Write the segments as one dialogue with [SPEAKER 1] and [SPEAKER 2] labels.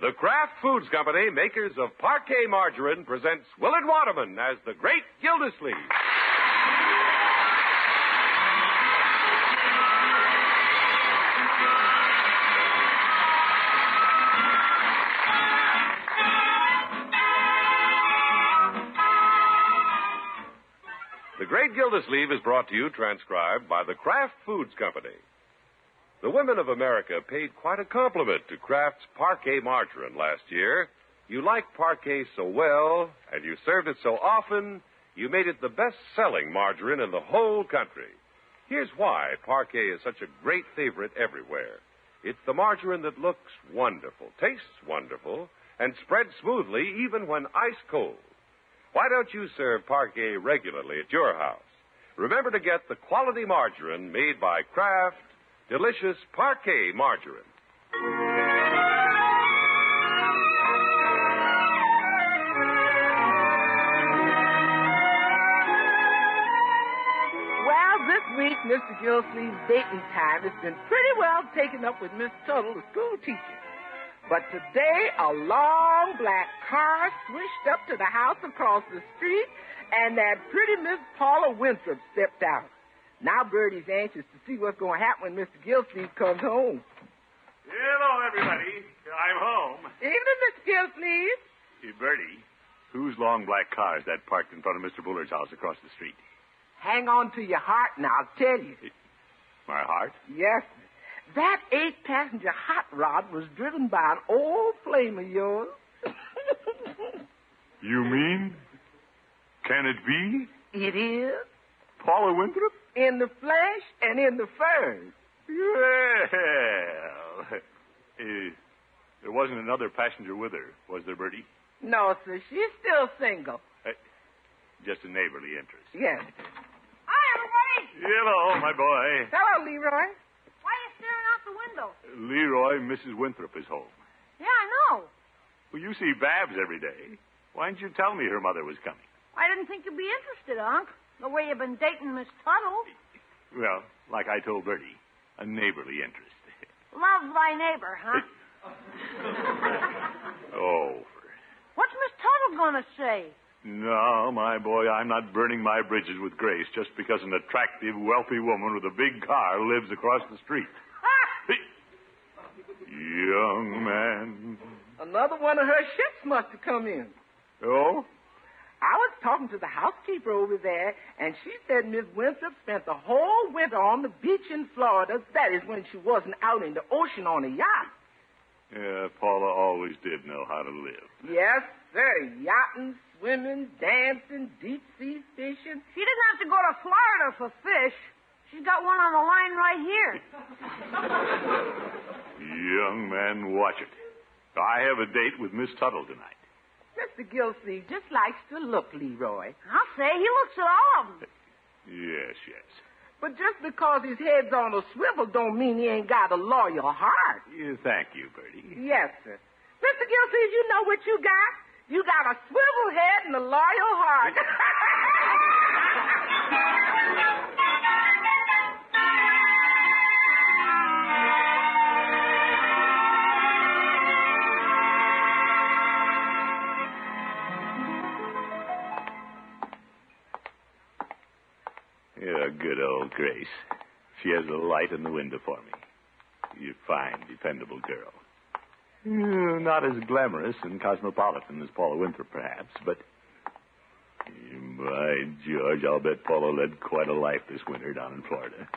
[SPEAKER 1] The Kraft Foods Company, makers of parquet margarine, presents Willard Waterman as the Great Gildersleeve. The Great Gildersleeve is brought to you, transcribed by the Kraft Foods Company. The women of America paid quite a compliment to Kraft's parquet margarine last year. You liked parquet so well, and you served it so often, you made it the best selling margarine in the whole country. Here's why parquet is such a great favorite everywhere it's the margarine that looks wonderful, tastes wonderful, and spreads smoothly even when ice cold. Why don't you serve parquet regularly at your house? Remember to get the quality margarine made by Kraft, delicious parquet margarine.
[SPEAKER 2] Well, this week, Mr. Gilslee's dating time has been pretty well taken up with Miss Tuttle, the school teacher. But today, a long black car swished up to the house across the street, and that pretty Miss Paula Winthrop stepped out. Now Bertie's anxious to see what's going to happen when Mr. Gilsleeve comes home.
[SPEAKER 3] Hello, everybody. I'm home.
[SPEAKER 2] Evening, Mr. Gilsleeve.
[SPEAKER 3] Hey, Bertie, whose long black car is that parked in front of Mr. Bullard's house across the street?
[SPEAKER 2] Hang on to your heart, and I'll tell you.
[SPEAKER 3] My heart?
[SPEAKER 2] Yes. sir. That eight passenger hot rod was driven by an old flame of yours.
[SPEAKER 3] You mean? Can it be?
[SPEAKER 2] it is?
[SPEAKER 3] Paula Winthrop?
[SPEAKER 2] In the flesh and in the furs.
[SPEAKER 3] Well. Eh, there wasn't another passenger with her, was there, Bertie?
[SPEAKER 2] No, sir, she's still single.
[SPEAKER 3] Eh, just a neighborly interest.
[SPEAKER 2] Yes.
[SPEAKER 4] Hi, everybody.
[SPEAKER 3] Hello, my boy.
[SPEAKER 2] Hello, Leroy.
[SPEAKER 4] Why are you staring out the window?
[SPEAKER 3] Leroy, Mrs. Winthrop is home.
[SPEAKER 4] Yeah, I know.
[SPEAKER 3] Well, you see Babs every day. Why didn't you tell me her mother was coming?
[SPEAKER 4] I didn't think you'd be interested, Unc. The way you've been dating Miss Tuttle.
[SPEAKER 3] Well, like I told Bertie, a neighborly interest.
[SPEAKER 4] Love thy neighbor, huh?
[SPEAKER 3] oh,
[SPEAKER 4] What's Miss Tuttle gonna say?
[SPEAKER 3] no, my boy, I'm not burning my bridges with grace just because an attractive, wealthy woman with a big car lives across the street. Young man.
[SPEAKER 2] Another one of her ships must have come in.
[SPEAKER 3] Oh?
[SPEAKER 2] I was talking to the housekeeper over there, and she said Miss Winthrop spent the whole winter on the beach in Florida. That is when she wasn't out in the ocean on a yacht.
[SPEAKER 3] Yeah, Paula always did know how to live.
[SPEAKER 2] Yes, sir. Yachting, swimming, dancing, deep sea fishing.
[SPEAKER 4] She didn't have to go to Florida for fish. She's got one on the line right here.
[SPEAKER 3] Young man, watch it. I have a date with Miss Tuttle tonight.
[SPEAKER 2] Mr. Gilsey just likes to look, Leroy.
[SPEAKER 4] I'll say he looks at all of them.
[SPEAKER 3] Yes, yes.
[SPEAKER 2] But just because his head's on a swivel don't mean he ain't got a loyal heart.
[SPEAKER 3] Yeah, thank you, Bertie.
[SPEAKER 2] Yes, sir. Mr. Gilsey, you know what you got? You got a swivel head and a loyal heart.
[SPEAKER 3] Yeah, good old Grace. She has a light in the window for me. You're fine, dependable girl. Yeah, Not as glamorous and cosmopolitan as Paula Winthrop, perhaps, but. By George, I'll bet Paula led quite a life this winter down in Florida.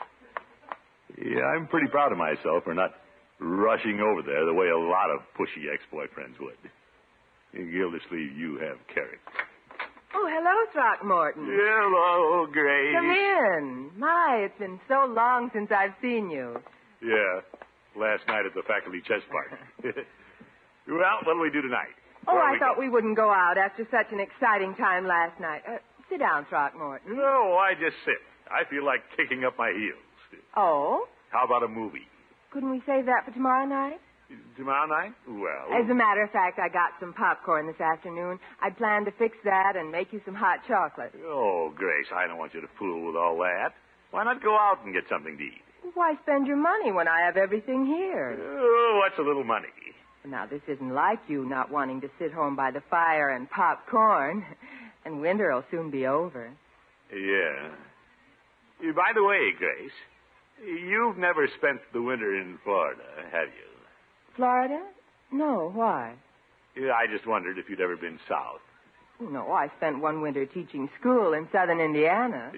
[SPEAKER 3] Yeah, I'm pretty proud of myself for not rushing over there the way a lot of pushy ex boyfriends would. Gildersleeve, you have character.
[SPEAKER 5] Oh, hello, Throckmorton.
[SPEAKER 3] Hello, Grace.
[SPEAKER 5] Come in. My, it's been so long since I've seen you.
[SPEAKER 3] Yeah, last night at the faculty chess party. well, what do we do tonight?
[SPEAKER 5] Oh,
[SPEAKER 3] Where
[SPEAKER 5] I
[SPEAKER 3] we
[SPEAKER 5] thought
[SPEAKER 3] go?
[SPEAKER 5] we wouldn't go out after such an exciting time last night. Uh, sit down, Throckmorton.
[SPEAKER 3] No, I just sit. I feel like kicking up my heels.
[SPEAKER 5] Oh,
[SPEAKER 3] How about a movie?
[SPEAKER 5] couldn't we save that for tomorrow night?
[SPEAKER 3] Tomorrow night? Well,
[SPEAKER 5] As a matter of fact, I got some popcorn this afternoon. I'd planned to fix that and make you some hot chocolate.
[SPEAKER 3] oh, Grace, I don't want you to fool with all that. Why not go out and get something to eat?
[SPEAKER 5] Why spend your money when I have everything here?
[SPEAKER 3] Oh, what's a little money?
[SPEAKER 5] Now, this isn't like you not wanting to sit home by the fire and pop corn. And winter will soon be over.
[SPEAKER 3] Yeah. Eh, By the way, Grace, you've never spent the winter in Florida, have you?
[SPEAKER 5] Florida? No, why?
[SPEAKER 3] Eh, I just wondered if you'd ever been south.
[SPEAKER 5] No, I spent one winter teaching school in southern Indiana.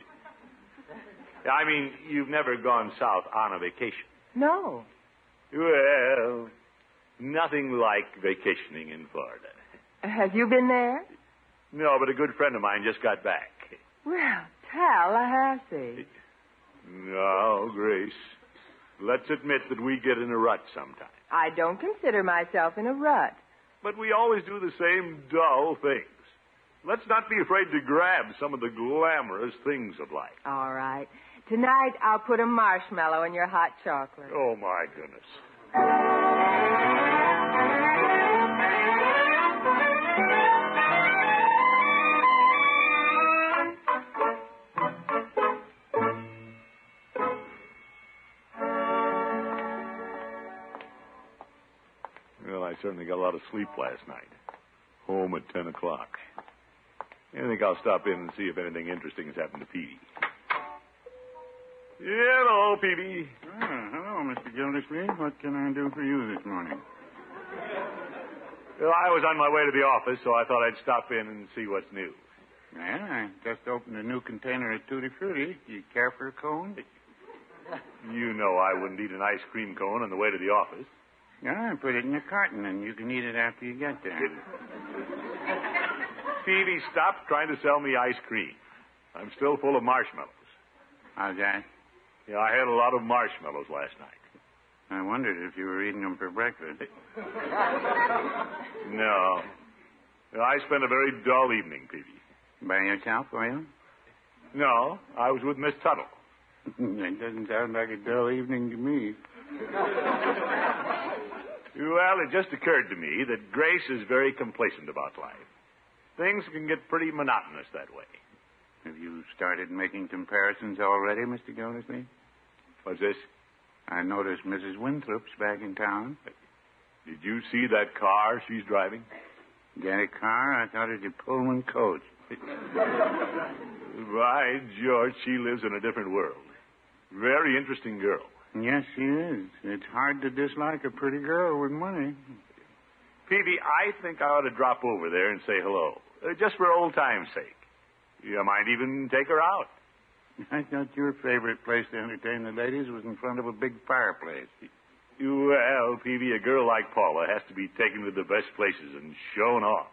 [SPEAKER 3] I mean, you've never gone south on a vacation.
[SPEAKER 5] No.
[SPEAKER 3] Well, nothing like vacationing in Florida.
[SPEAKER 5] Have you been there?
[SPEAKER 3] No, but a good friend of mine just got back.
[SPEAKER 5] Well, Tallahassee.
[SPEAKER 3] No, Grace. Let's admit that we get in a rut sometimes.
[SPEAKER 5] I don't consider myself in a rut.
[SPEAKER 3] But we always do the same dull things. Let's not be afraid to grab some of the glamorous things of life.
[SPEAKER 5] All right. Tonight, I'll put a marshmallow in your hot chocolate.
[SPEAKER 3] Oh, my goodness. Well, I certainly got a lot of sleep last night. Home at 10 o'clock. I think I'll stop in and see if anything interesting has happened to Peavy. Hello, Peavy.
[SPEAKER 6] Ah, hello, Mr. Gildersleeve. What can I do for you this morning?
[SPEAKER 3] Well, I was on my way to the office, so I thought I'd stop in and see what's new.
[SPEAKER 6] Well, I just opened a new container of Tutti Frutti. You care for a cone?
[SPEAKER 3] You know I wouldn't eat an ice cream cone on the way to the office.
[SPEAKER 6] Yeah, I put it in a carton, and you can eat it after you get there.
[SPEAKER 3] Peavy, stop trying to sell me ice cream. I'm still full of marshmallows.
[SPEAKER 6] How's that?
[SPEAKER 3] Yeah, I had a lot of marshmallows last night.
[SPEAKER 6] I wondered if you were eating them for breakfast.
[SPEAKER 3] No. I spent a very dull evening, Peavy.
[SPEAKER 6] By yourself, were you?
[SPEAKER 3] No, I was with Miss Tuttle.
[SPEAKER 6] that doesn't sound like a dull evening to me.
[SPEAKER 3] Well, it just occurred to me that Grace is very complacent about life. Things can get pretty monotonous that way.
[SPEAKER 6] Have you started making comparisons already, Mr. Gildersleeve?
[SPEAKER 3] Was this?
[SPEAKER 6] I noticed Mrs. Winthrop's back in town.
[SPEAKER 3] Did you see that car she's driving?
[SPEAKER 6] Got a car? I thought it was a Pullman coach.
[SPEAKER 3] By George, she lives in a different world. Very interesting girl.
[SPEAKER 6] Yes, she is. It's hard to dislike a pretty girl with money.
[SPEAKER 3] Peavy, I think I ought to drop over there and say hello, uh, just for old time's sake. You might even take her out.
[SPEAKER 6] I thought your favorite place to entertain the ladies was in front of a big fireplace.
[SPEAKER 3] Well, Peavy, a girl like Paula has to be taken to the best places and shown off.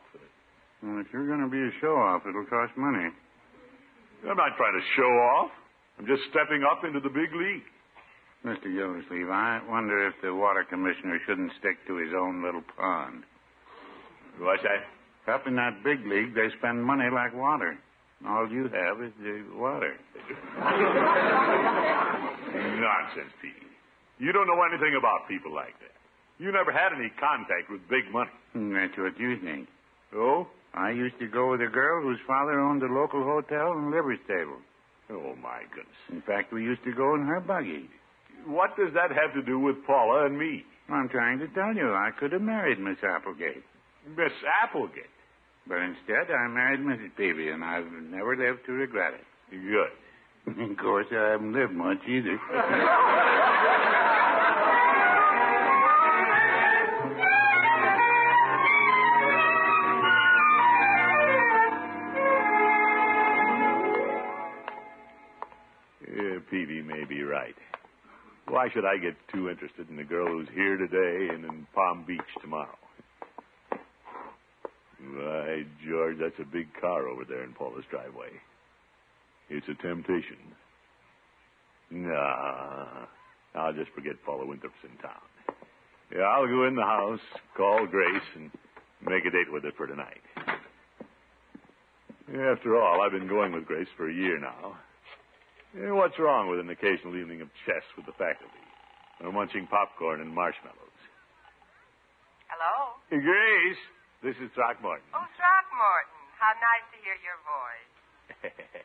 [SPEAKER 6] Well, if you're going to be a show off, it'll cost money.
[SPEAKER 3] I'm not trying to show off. I'm just stepping up into the big league.
[SPEAKER 6] Mr. Gildersleeve, I wonder if the water commissioner shouldn't stick to his own little pond.
[SPEAKER 3] What's that?
[SPEAKER 6] Up in that big league, they spend money like water. All you have is the water.
[SPEAKER 3] Nonsense, Peavy. You don't know anything about people like that. You never had any contact with big money.
[SPEAKER 6] Hmm, That's what you think.
[SPEAKER 3] Oh?
[SPEAKER 6] I used to go with a girl whose father owned a local hotel in Liverstable.
[SPEAKER 3] Oh, my goodness.
[SPEAKER 6] In fact, we used to go in her buggy.
[SPEAKER 3] What does that have to do with Paula and me?
[SPEAKER 6] I'm trying to tell you, I could have married Miss Applegate.
[SPEAKER 3] Miss Applegate.
[SPEAKER 6] But instead, I married Mrs. Peavy, and I've never lived to regret it.
[SPEAKER 3] Good.
[SPEAKER 6] of course, I haven't lived much either.
[SPEAKER 3] Yeah, Peavy may be right. Why should I get too interested in a girl who's here today and in Palm Beach tomorrow? By George, that's a big car over there in Paula's driveway. It's a temptation. Nah, I'll just forget Paula Winthrop's in town. Yeah, I'll go in the house, call Grace, and make a date with her for tonight. After all, I've been going with Grace for a year now. Eh, What's wrong with an occasional evening of chess with the faculty? Or munching popcorn and marshmallows?
[SPEAKER 5] Hello?
[SPEAKER 3] Eh, Grace, this is Throckmorton.
[SPEAKER 5] Oh, Throckmorton. How nice to hear your voice.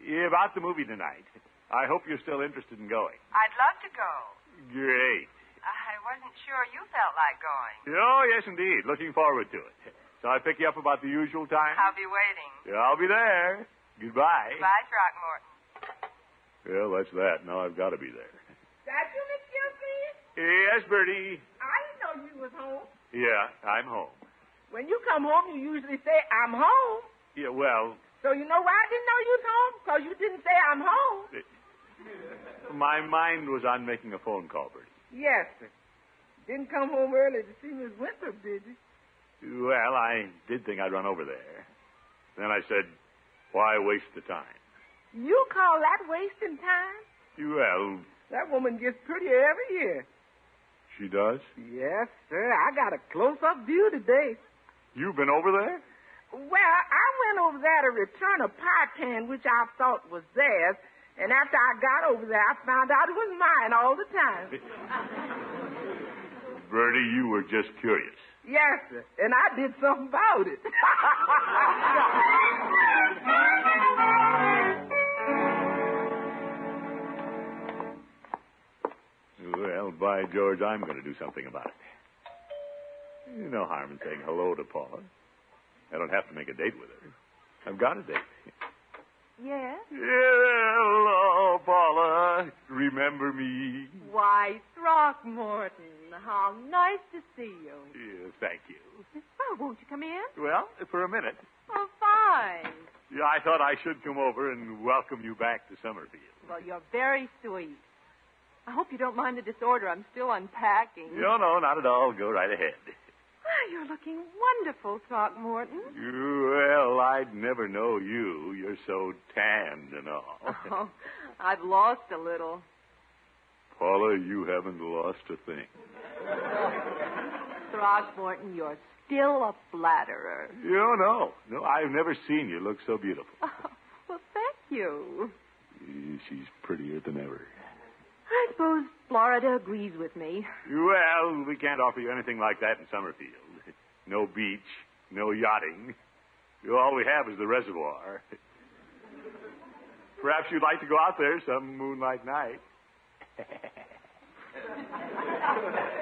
[SPEAKER 3] Yeah, About the movie tonight. I hope you're still interested in going.
[SPEAKER 5] I'd love to go.
[SPEAKER 3] Great.
[SPEAKER 5] I
[SPEAKER 7] wasn't sure you felt like going.
[SPEAKER 3] Oh, yes, indeed. Looking forward to it. So I pick you up about the usual time?
[SPEAKER 7] I'll be waiting.
[SPEAKER 3] Yeah, I'll be there. Goodbye.
[SPEAKER 7] Bye, Throckmorton.
[SPEAKER 3] Well, that's that. Now I've got to be there.
[SPEAKER 2] That you, Miss Gilsey?
[SPEAKER 3] Yes, Bertie.
[SPEAKER 2] I didn't know you was home.
[SPEAKER 3] Yeah, I'm home.
[SPEAKER 2] When you come home, you usually say, I'm home.
[SPEAKER 3] Yeah, well,
[SPEAKER 2] So you know why I didn't know you was home? Because you didn't say, I'm home.
[SPEAKER 3] my mind was on making a phone call, Bertie.
[SPEAKER 2] Yes, sir. Didn't come home early to see Miss Winthrop, did you?
[SPEAKER 3] Well, I did think I'd run over there. Then I said, why waste the time?
[SPEAKER 2] You call that wasting time?
[SPEAKER 3] Well,
[SPEAKER 2] That woman gets prettier every year.
[SPEAKER 3] she does.
[SPEAKER 2] Yes, sir. I got a close-up view today.
[SPEAKER 3] You've been over there?
[SPEAKER 2] Well, I went over there to return a pie pan which I thought was theirs, and after I got over there, I found out it was mine all the time.
[SPEAKER 3] Bertie, you were just curious.
[SPEAKER 2] Yes, sir. And I did something about it.
[SPEAKER 3] Well, by George, I'm going to do something about it. You know harm in saying hello to Paula. I don't have to make a date with her. I've got a date.
[SPEAKER 7] Yes?
[SPEAKER 3] Hello, Paula. Remember me?
[SPEAKER 7] Why, Throckmorton, how nice to see you.
[SPEAKER 3] Yeah, thank you.
[SPEAKER 7] Oh, won't you come in?
[SPEAKER 3] Well, for a minute,
[SPEAKER 7] Oh, fine.
[SPEAKER 3] yeah, I thought I should come over and welcome you back to Summerfield.
[SPEAKER 7] Well, you're very sweet. I hope you don't mind the disorder. I'm still unpacking.
[SPEAKER 3] No, no, not at all. Go right ahead.
[SPEAKER 7] Well, you're looking wonderful, Throckmorton.
[SPEAKER 3] Well, I'd never know you. You're so tanned and all.
[SPEAKER 7] Oh, I've lost a little.
[SPEAKER 3] Paula, you haven't lost a thing.
[SPEAKER 7] Throckmorton, you're still a flatterer.
[SPEAKER 3] You know, no, I've never seen you look so beautiful.
[SPEAKER 7] Oh, well, thank you.
[SPEAKER 3] She's prettier than ever.
[SPEAKER 7] I suppose Florida agrees with me.
[SPEAKER 3] Well, we can't offer you anything like that in Summerfield. No beach, no yachting. All we have is the reservoir. Perhaps you'd like to go out there some moonlight night.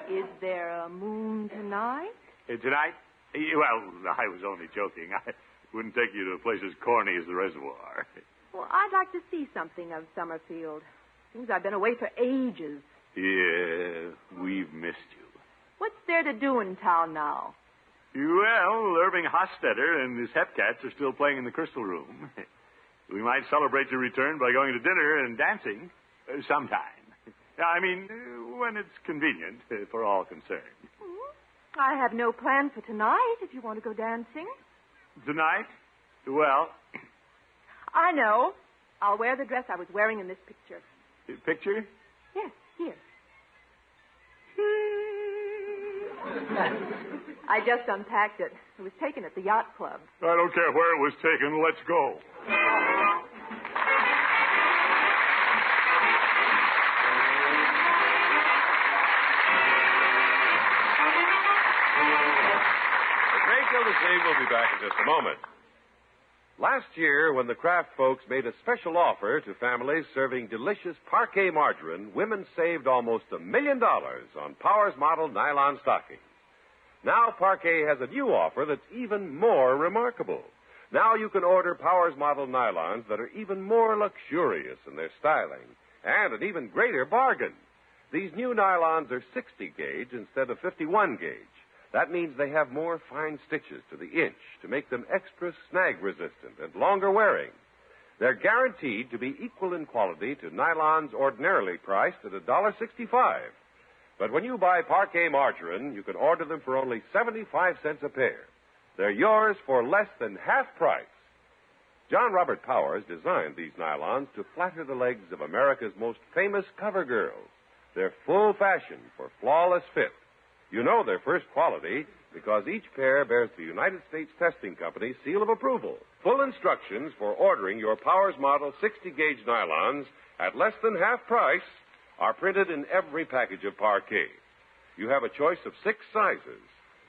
[SPEAKER 7] Is there a moon tonight?
[SPEAKER 3] Uh, Tonight? Eh, Well, I was only joking. I wouldn't take you to a place as corny as the reservoir.
[SPEAKER 7] Well, I'd like to see something of Summerfield. Seems I've been away for ages.
[SPEAKER 3] Yeah, we've missed you.
[SPEAKER 7] What's there to do in town now?
[SPEAKER 3] Well, Irving Hostetter and his Hepcats are still playing in the Crystal Room. We might celebrate your return by going to dinner and dancing uh, sometime. I mean, uh, when it's convenient uh, for all concerned.
[SPEAKER 7] Hmm? I have no plan for tonight if you want to go dancing.
[SPEAKER 3] Tonight? Well,
[SPEAKER 7] I know. I'll wear the dress I was wearing in this picture.
[SPEAKER 3] uh, picture?
[SPEAKER 7] Yes, here. I just unpacked it. It was taken at the yacht club.
[SPEAKER 3] I don't care where it was taken. Let's go.
[SPEAKER 1] The Great Gildersleeve will be back in just a moment. Last year, when the Kraft folks made a special offer to families serving delicious parquet margarine, women saved almost a million dollars on Powers model nylon stockings. Now Parquet has a new offer that's even more remarkable. Now you can order Powers model nylons that are even more luxurious in their styling and an even greater bargain. These new nylons are 60 gauge instead of 51 gauge. That means they have more fine stitches to the inch to make them extra snag resistant and longer wearing. They're guaranteed to be equal in quality to nylons ordinarily priced at $1.65. But when you buy Parquet Margarine, you can order them for only 75 cents a pair. They're yours for less than half price. John Robert Powers designed these nylons to flatter the legs of America's most famous cover girls. They're full fashion for flawless fit. You know they're first quality because each pair bears the United States Testing Company's seal of approval. Full instructions for ordering your Powers Model 60 gauge nylons at less than half price are printed in every package of parquet. You have a choice of six sizes,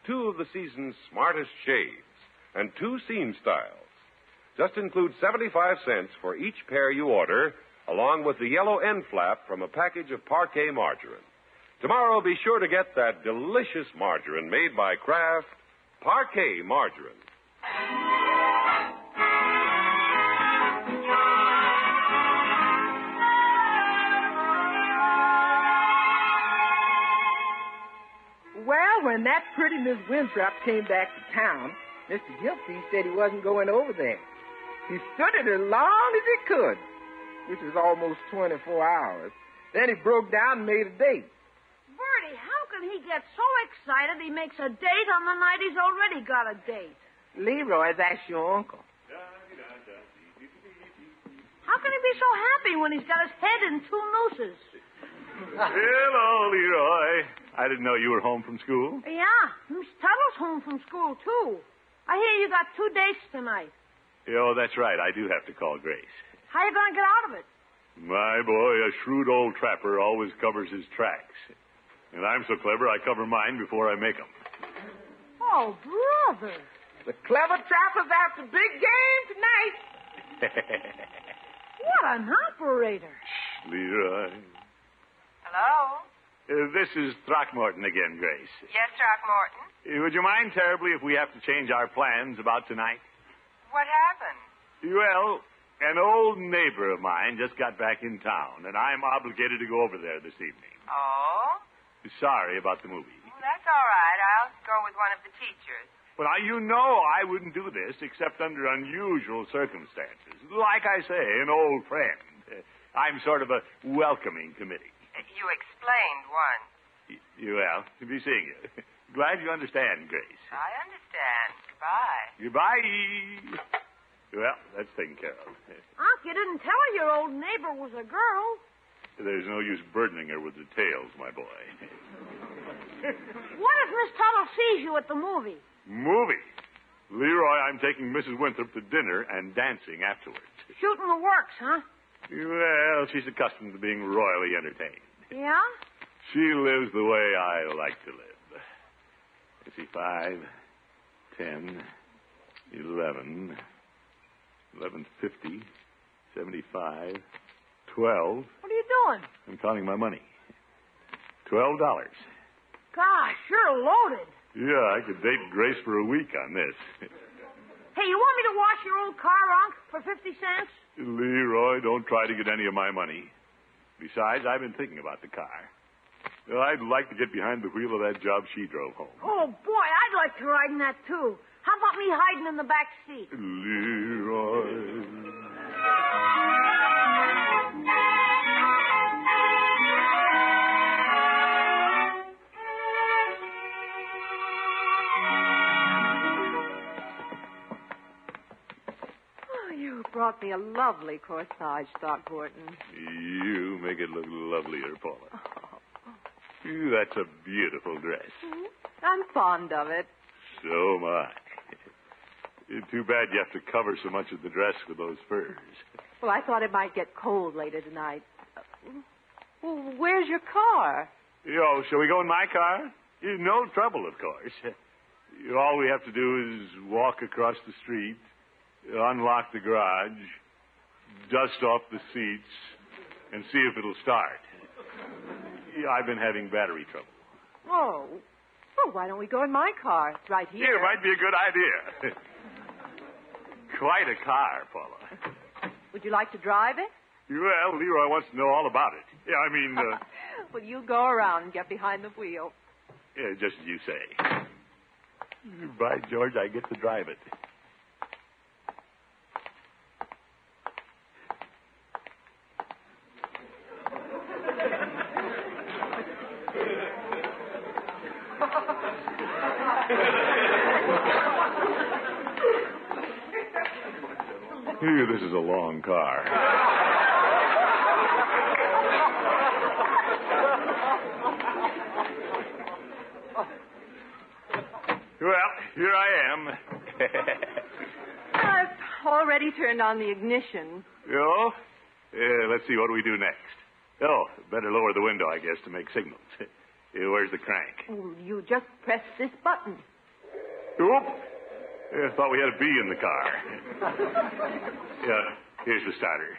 [SPEAKER 1] two of the season's smartest shades, and two seam styles. Just include 75 cents for each pair you order, along with the yellow end flap from a package of parquet margarine. Tomorrow, be sure to get that delicious margarine made by Kraft Parquet Margarine.
[SPEAKER 2] Well, when that pretty Miss Winthrop came back to town, Mr. Gilsey said he wasn't going over there. He stood it as long as he could, which was almost 24 hours. Then he broke down and made a date.
[SPEAKER 4] Bertie, how can he get so excited he makes a date on the night he's already got a date?
[SPEAKER 2] Leroy, that's your uncle.
[SPEAKER 4] How can he be so happy when he's got his head in two nooses?
[SPEAKER 3] Hello, Leroy. I didn't know you were home from school.
[SPEAKER 4] Yeah, Miss Tuttle's home from school, too. I hear you got two dates tonight.
[SPEAKER 3] Oh, that's right. I do have to call Grace.
[SPEAKER 4] How you going to get out of it?
[SPEAKER 3] My boy, a shrewd old trapper always covers his tracks. And I'm so clever, I cover mine before I make 'em.
[SPEAKER 4] Oh, brother.
[SPEAKER 2] The clever trapper's out to big game tonight.
[SPEAKER 4] What an operator.
[SPEAKER 3] Leroy.
[SPEAKER 5] Hello?
[SPEAKER 3] Uh, this is Throckmorton again, Grace.
[SPEAKER 5] Yes, Throckmorton?
[SPEAKER 3] Uh, Would you mind terribly if we have to change our plans about tonight?
[SPEAKER 5] What happened?
[SPEAKER 3] Well, an old neighbor of mine just got back in town, and I'm obligated to go over there this evening.
[SPEAKER 5] Oh?
[SPEAKER 3] Sorry about the movie.
[SPEAKER 5] Well, that's all right. I'll go with one of the teachers.
[SPEAKER 3] Well, now, you know I wouldn't do this except under unusual circumstances. Like I say, an old friend. Uh, I'm sort of a welcoming committee.
[SPEAKER 5] You explained once.
[SPEAKER 3] Y- Well, to be seeing you. Glad you understand, Grace.
[SPEAKER 5] I understand. Goodbye.
[SPEAKER 3] Goodbye. Well, that's taken care of.
[SPEAKER 4] Unc, Ah, you didn't tell her your old neighbor was a girl.
[SPEAKER 3] There's no use burdening her with details, my boy.
[SPEAKER 4] What if Miss Tuttle sees you at the movie?
[SPEAKER 3] Movie. Leroy, I'm taking Mrs. Winthrop to dinner and dancing afterwards.
[SPEAKER 4] Shooting the works, huh?
[SPEAKER 3] Well, she's accustomed to being royally entertained.
[SPEAKER 4] Yeah?
[SPEAKER 3] She lives the way I like to live. Is he five, ten, eleven, eleven fifty, seventy-five, twelve?
[SPEAKER 4] What are you doing?
[SPEAKER 3] I'm counting my money. Twelve dollars.
[SPEAKER 4] Gosh, you're loaded.
[SPEAKER 3] Yeah, I could date Grace for a week on this.
[SPEAKER 4] Hey, you want me to wash your old car, Unc, for 50 cents?
[SPEAKER 3] Leroy, don't try to get any of my money. Besides, I've been thinking about the car. Well, I'd like to get behind the wheel of that job she drove home.
[SPEAKER 4] Oh, boy, I'd like to ride in that, too. How about me hiding in the back seat?
[SPEAKER 3] Leroy.
[SPEAKER 5] Oh, you brought me a lovely corsage, Throckmorton.
[SPEAKER 3] You make it look lovelier, Paula. Ooh, that's a beautiful dress.
[SPEAKER 5] I'm fond of it.
[SPEAKER 3] So am I. Too bad you have to cover so much of the dress with those furs.
[SPEAKER 5] Well, I thought it might get cold later tonight. Well, where's your car?
[SPEAKER 3] Yo, shall we go in my car? Eh, No trouble, of course. Eh, All we have to do is walk across the street, unlock the garage, dust off the seats, and see if it'll start. Yeah, I've been having battery trouble.
[SPEAKER 5] Oh. Well, why don't we go in my car? It's right here.
[SPEAKER 3] Yeah, it might be a good idea. Quite a car, Paula.
[SPEAKER 5] Would you like to drive it?
[SPEAKER 3] Well, Leroy wants to know all about it. Yeah, I mean, uh,
[SPEAKER 5] well, you go around and get behind the wheel.
[SPEAKER 3] yeah, just as you say. By George, I get to drive it. Phew, this is a long car. Well, here I am.
[SPEAKER 5] I've already turned on the ignition.
[SPEAKER 3] oh, yeah, let's see what we do next. Oh, better lower the window, I guess, to make signals. Eh, Where's the crank?
[SPEAKER 5] Oh, you just press this button.
[SPEAKER 3] Oop! Yeah, thought we had a bee in the car. yeah, here's the starter.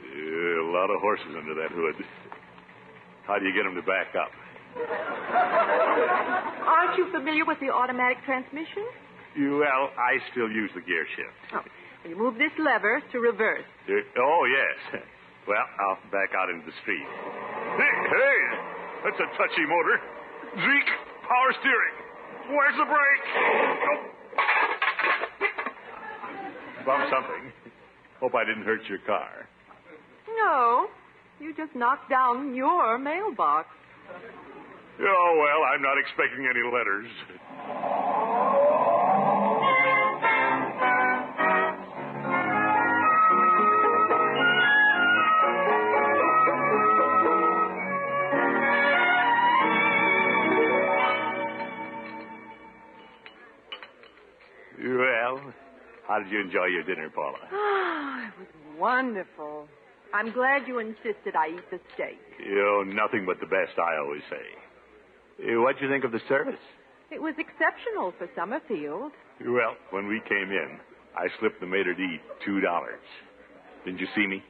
[SPEAKER 3] Yeah, a lot of horses under that hood. How do you get them to back up?
[SPEAKER 7] Aren't you familiar with the automatic transmission?
[SPEAKER 3] You, well, I still use the gear shift.
[SPEAKER 7] Oh. You move this lever to reverse.
[SPEAKER 3] Uh, oh, yes. Well, I'll back out into the street. Hey, hey! That's a touchy motor. Zeke, power steering. Where's the brake? Oh. Bump something. Hope I didn't hurt your car.
[SPEAKER 7] No. You just knocked down your mailbox.
[SPEAKER 3] Oh, well, I'm not expecting any letters. Well, how did you enjoy your dinner, Paula?
[SPEAKER 7] Ah, it was wonderful. I'm glad you insisted I eat the steak.
[SPEAKER 3] You know, nothing but the best, I always say. Uh, What'd you think of the service?
[SPEAKER 7] It was exceptional for Summerfield.
[SPEAKER 3] Well, when we came in, I slipped the maitre d' two dollars. Didn't you see me?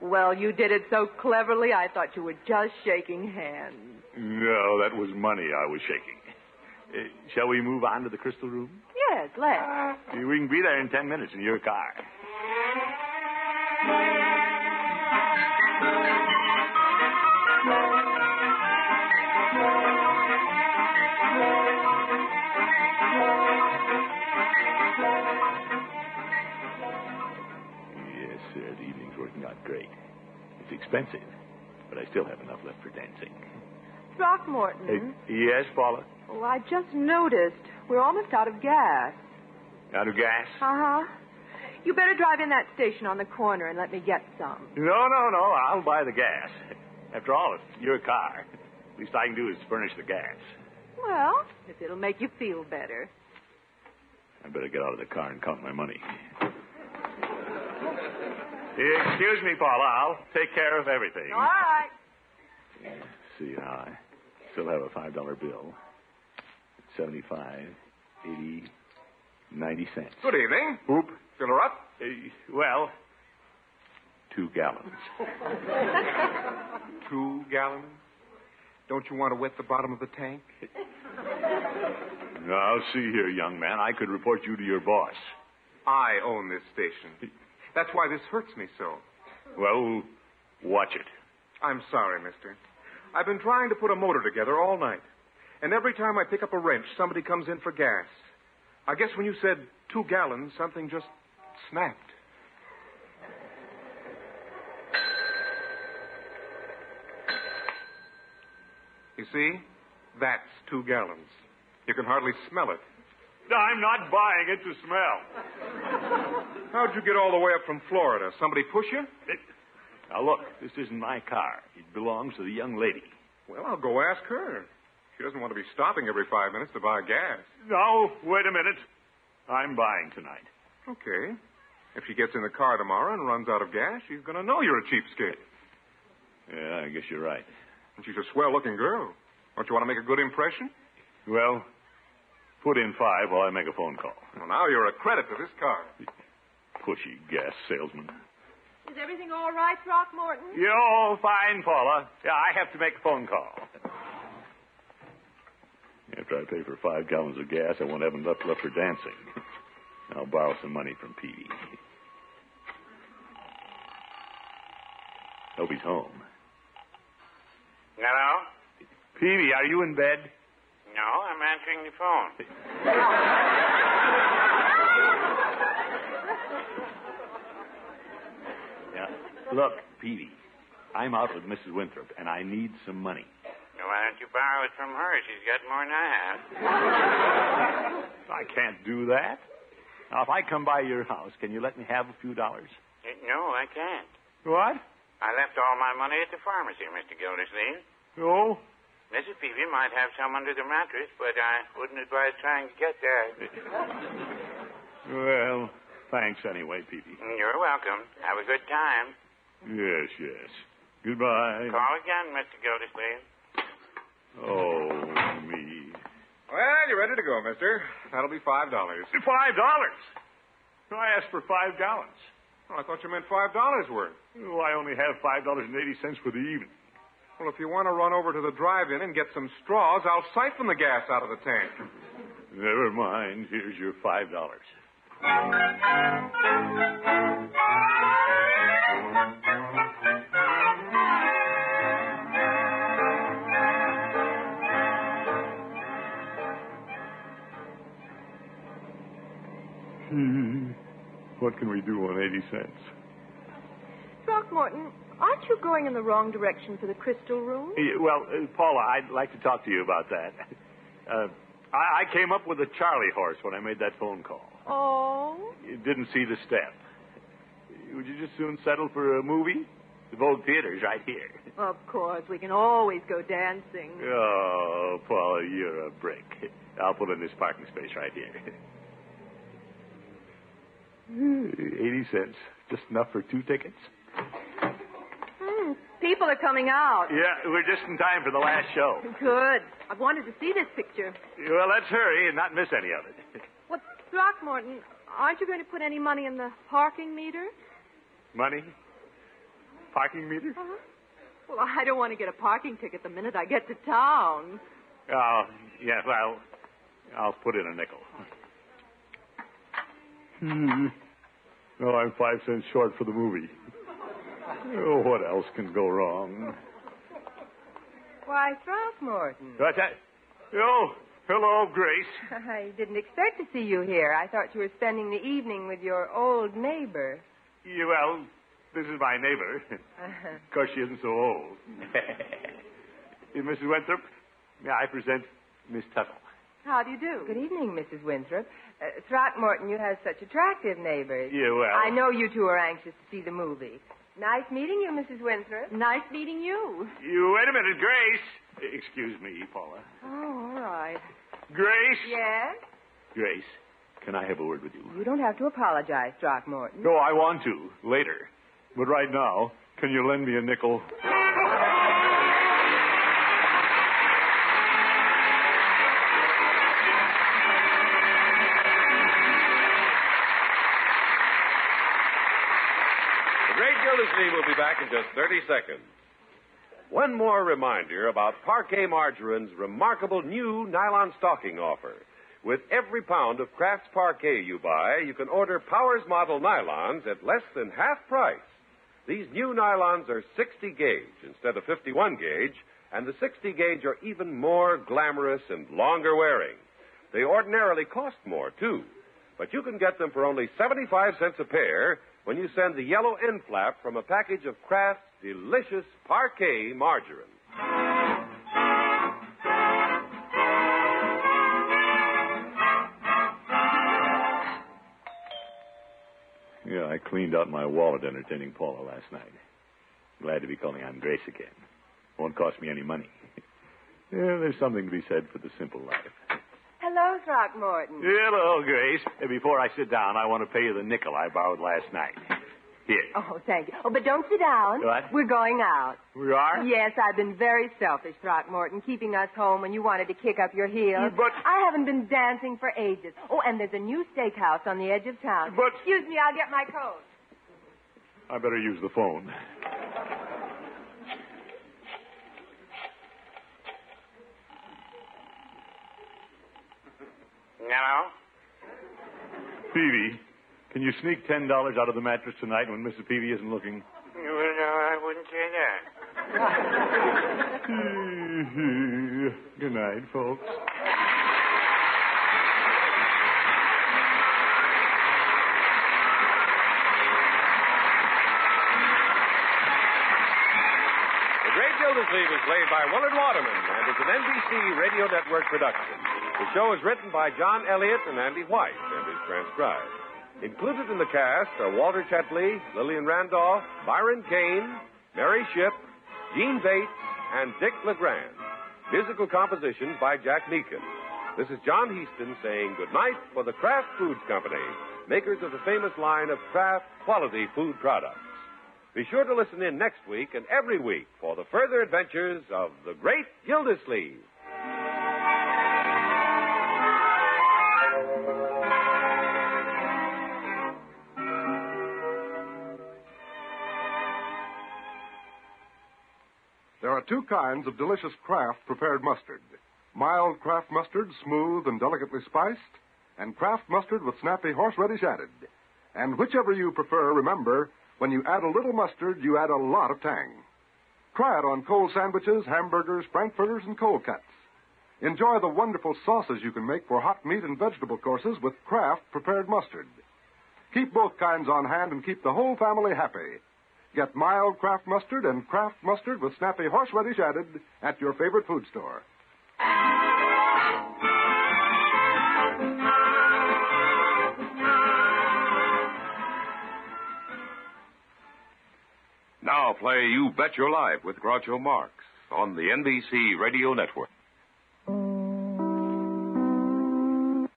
[SPEAKER 7] Well, you did it so cleverly, I thought you were just shaking hands.
[SPEAKER 3] No, that was money I was shaking. Uh, shall we move on to the crystal room?
[SPEAKER 7] Yes, let's.
[SPEAKER 3] Uh, We can be there in ten minutes in your car. Yes, sir. The evening's working out great. It's expensive, but I still have enough left for dancing.
[SPEAKER 7] Throckmorton.
[SPEAKER 3] yes, Paula?
[SPEAKER 7] Oh, I just noticed we're almost out of gas.
[SPEAKER 3] Out of gas?
[SPEAKER 7] Uh huh. You better drive in that station on the corner and let me get some.
[SPEAKER 3] No, no, no. I'll buy the gas. After all, it's your car. Least I can do is furnish the gas.
[SPEAKER 7] Well, if it'll make you feel better.
[SPEAKER 3] I better get out of the car and count my money. Excuse me, Paula. I'll take care of everything.
[SPEAKER 7] All right.
[SPEAKER 3] See how I still have a five dollar bill. Seventy-five, eighty, ninety cents.
[SPEAKER 1] Good evening.
[SPEAKER 3] Oop.
[SPEAKER 1] Fill her up.
[SPEAKER 3] Uh, well, two gallons.
[SPEAKER 8] Two gallons? Don't you want to wet the bottom of the tank?
[SPEAKER 3] Now, see here, young man. I could report you to your boss.
[SPEAKER 8] I own this station. That's why this hurts me so.
[SPEAKER 3] Well, watch it.
[SPEAKER 8] I'm sorry, mister. I've been trying to put a motor together all night. And every time I pick up a wrench, somebody comes in for gas. I guess when you said two gallons, something just snapped. You see? That's two gallons. You can hardly smell it.
[SPEAKER 3] I'm not buying it to smell.
[SPEAKER 8] How'd you get all the way up from Florida? Somebody push you?
[SPEAKER 3] Now, look, this isn't my car. It belongs to the young lady.
[SPEAKER 8] Well, I'll go ask her. She doesn't want to be stopping every five minutes to buy gas.
[SPEAKER 3] No, wait a minute. I'm buying tonight.
[SPEAKER 8] Okay. If she gets in the car tomorrow and runs out of gas, she's going to know you're a cheapskate.
[SPEAKER 3] Yeah, I guess you're right.
[SPEAKER 8] And she's a swell looking girl. Don't you want to make a good impression?
[SPEAKER 3] Well, put in five while I make a phone call.
[SPEAKER 8] Well, now you're a credit to this car.
[SPEAKER 3] Pushy gas salesman.
[SPEAKER 4] Is everything all right, Throckmorton?
[SPEAKER 3] You're fine, Paula. Yeah, I have to make a phone call. After I pay for five gallons of gas, I won't have enough left for dancing. I'll borrow some money from Petey. Hope he's home.
[SPEAKER 6] Hello?
[SPEAKER 3] Petey, are you in bed?
[SPEAKER 6] No, I'm answering the phone.
[SPEAKER 3] Yeah. Look, Petey, I'm out with Mrs. Winthrop, and I need some money.
[SPEAKER 6] Why don't you borrow it from her? She's got more than I have.
[SPEAKER 3] I can't do that. Now, if I come by your house, can you let me have a few dollars?
[SPEAKER 6] Eh, No, I can't.
[SPEAKER 3] What?
[SPEAKER 6] I left all my money at the pharmacy, Mr. Gildersleeve.
[SPEAKER 3] No.
[SPEAKER 6] Mrs. Peavy might have some under the mattress, but I wouldn't advise trying to get there.
[SPEAKER 3] Well, thanks anyway, Petey.
[SPEAKER 6] You're welcome. Have a good time.
[SPEAKER 3] Yes, yes. Goodbye.
[SPEAKER 6] Call again, Mr. Gildersleeve.
[SPEAKER 3] Oh, me.
[SPEAKER 8] Well, you're ready to go, mister. That'll be five dollars.
[SPEAKER 3] Five dollars. I asked for five gallons.
[SPEAKER 8] Well, I thought you meant five dollars worth.
[SPEAKER 3] Oh, I only have five dollars and eighty cents for the evening.
[SPEAKER 8] Well, if you want to run over to the drive-in and get some straws, I'll siphon the gas out of the tank.
[SPEAKER 3] Never mind. Here's your five dollars. Hmm. What can we do on 80 cents?
[SPEAKER 7] Throckmorton, aren't you going in the wrong direction for the crystal room?
[SPEAKER 3] Well, uh, Paula, I'd like to talk to you about that. Uh, I, I came up with a Charlie horse when I made that phone call.
[SPEAKER 7] Oh,
[SPEAKER 3] You didn't see the step. Would you just soon settle for a movie? The Vogue Theater's right here.
[SPEAKER 7] of course. We can always go dancing.
[SPEAKER 3] Oh, Paula, you're a brick. I'll put in this parking space right here. Eh, Eighty cents. Just enough for two tickets?
[SPEAKER 7] Hmm, people are coming out.
[SPEAKER 3] Yeah, we're just in time for the last show.
[SPEAKER 7] Good. I've wanted to see this picture.
[SPEAKER 3] Well, let's hurry and not miss any of it.
[SPEAKER 7] What, Throckmorton, aren't you going to put any money in the parking meter?
[SPEAKER 3] Money? Parking meter?
[SPEAKER 7] Uh-huh. Well, I don't want to get a parking ticket the minute I get to town.
[SPEAKER 3] Oh, yeah, well, I'll put in a nickel. Hmm. Oh, I'm five cents short for the movie. Oh, what else can go wrong?
[SPEAKER 5] Why, Throckmorton.
[SPEAKER 3] What's that? Oh, hello, Grace.
[SPEAKER 5] I didn't expect to see you here. I thought you were spending the evening with your old neighbor.
[SPEAKER 3] Yeah, well, this is my neighbor.
[SPEAKER 5] Uh-huh.
[SPEAKER 3] Of course, she isn't so old. Yeah, Mrs. Winthrop, may I present Miss Tuttle.
[SPEAKER 7] How do you do?
[SPEAKER 5] Good evening, Mrs. Winthrop. Uh, Throckmorton, you have such attractive neighbors.
[SPEAKER 3] Yeah, well.
[SPEAKER 5] I know you two are anxious to see the movie. Nice meeting you, Mrs. Winthrop.
[SPEAKER 7] Nice meeting you.
[SPEAKER 3] You, wait a minute, Grace. Excuse me, Paula.
[SPEAKER 7] Oh, all right.
[SPEAKER 3] Grace?
[SPEAKER 5] Yes?
[SPEAKER 3] Grace, can I have a word with you?
[SPEAKER 5] You don't have to apologize, Throckmorton.
[SPEAKER 3] No, I want to. Later. But right now, can you lend me a nickel?
[SPEAKER 1] The Great Gildersleeve will be back in just 30 seconds. One more reminder about Parquet Margarine's remarkable new nylon stocking offer. With every pound of Kraft's Parquet you buy, you can order Powers Model nylons at less than half price. These new nylons are 60 gauge instead of 51 gauge, and the 60 gauge are even more glamorous and longer wearing. They ordinarily cost more, too, but you can get them for only 75 cents a pair when you send the yellow end flap from a package of Kraft's delicious parquet margarine.
[SPEAKER 3] Yeah, I cleaned out my wallet entertaining Paula last night. Glad to be calling on Grace again. Won't cost me any money. Yeah, there's something to be said for the simple life.
[SPEAKER 5] Hello, Throckmorton.
[SPEAKER 3] Hello, Grace. Uh, Before I sit down, I want to pay you the nickel I borrowed last night. Here.
[SPEAKER 5] Oh, thank you. Oh, but don't sit down.
[SPEAKER 3] What?
[SPEAKER 5] We're going out.
[SPEAKER 3] We are?
[SPEAKER 5] Yes, I've been very selfish, Throckmorton, keeping us home when you wanted to kick up your heels.
[SPEAKER 3] But-
[SPEAKER 5] I haven't been dancing for ages. Oh, and there's a new steakhouse on the edge of town.
[SPEAKER 3] But-
[SPEAKER 5] Excuse me, I'll get my coat.
[SPEAKER 3] I better use the phone.
[SPEAKER 6] Hello?
[SPEAKER 3] Peavy, can you sneak $10 out of the mattress tonight when Mrs. Peavy isn't looking?
[SPEAKER 6] Well, no, I wouldn't say that.
[SPEAKER 3] Good night, folks.
[SPEAKER 1] The Great Gildersleeve is played by Willard Waterman and is an NBC Radio Network production. The show is written by John Elliott and Andy White and is transcribed. Included in the cast are Walter Chetley, Lillian Randolph, Byron Kane, Mary Ship, Gene Bates, and Dick LeGrand. Musical compositions by Jack Meakin. This is John Heaston saying goodnight for the Kraft Foods Company, makers of the famous line of Kraft quality food products. Be sure to listen in next week and every week for the further adventures of the great Gildersleeve.
[SPEAKER 8] There are
[SPEAKER 9] are two kinds of delicious Kraft prepared mustard mild Kraft mustard, smooth and delicately spiced, and Kraft mustard with snappy horseradish added. And whichever you prefer, remember, when you add a little mustard, you add a lot of tang. Try it on cold sandwiches, hamburgers, frankfurters, and cold cuts. Enjoy the wonderful sauces you can make for hot meat and vegetable courses with Kraft prepared mustard. Keep both kinds on hand and keep the whole family happy. Get mild Kraft mustard and Kraft mustard with snappy horseradish added at your favorite food store.
[SPEAKER 1] Now play You Bet Your Life with Groucho Marx on the NBC Radio Network.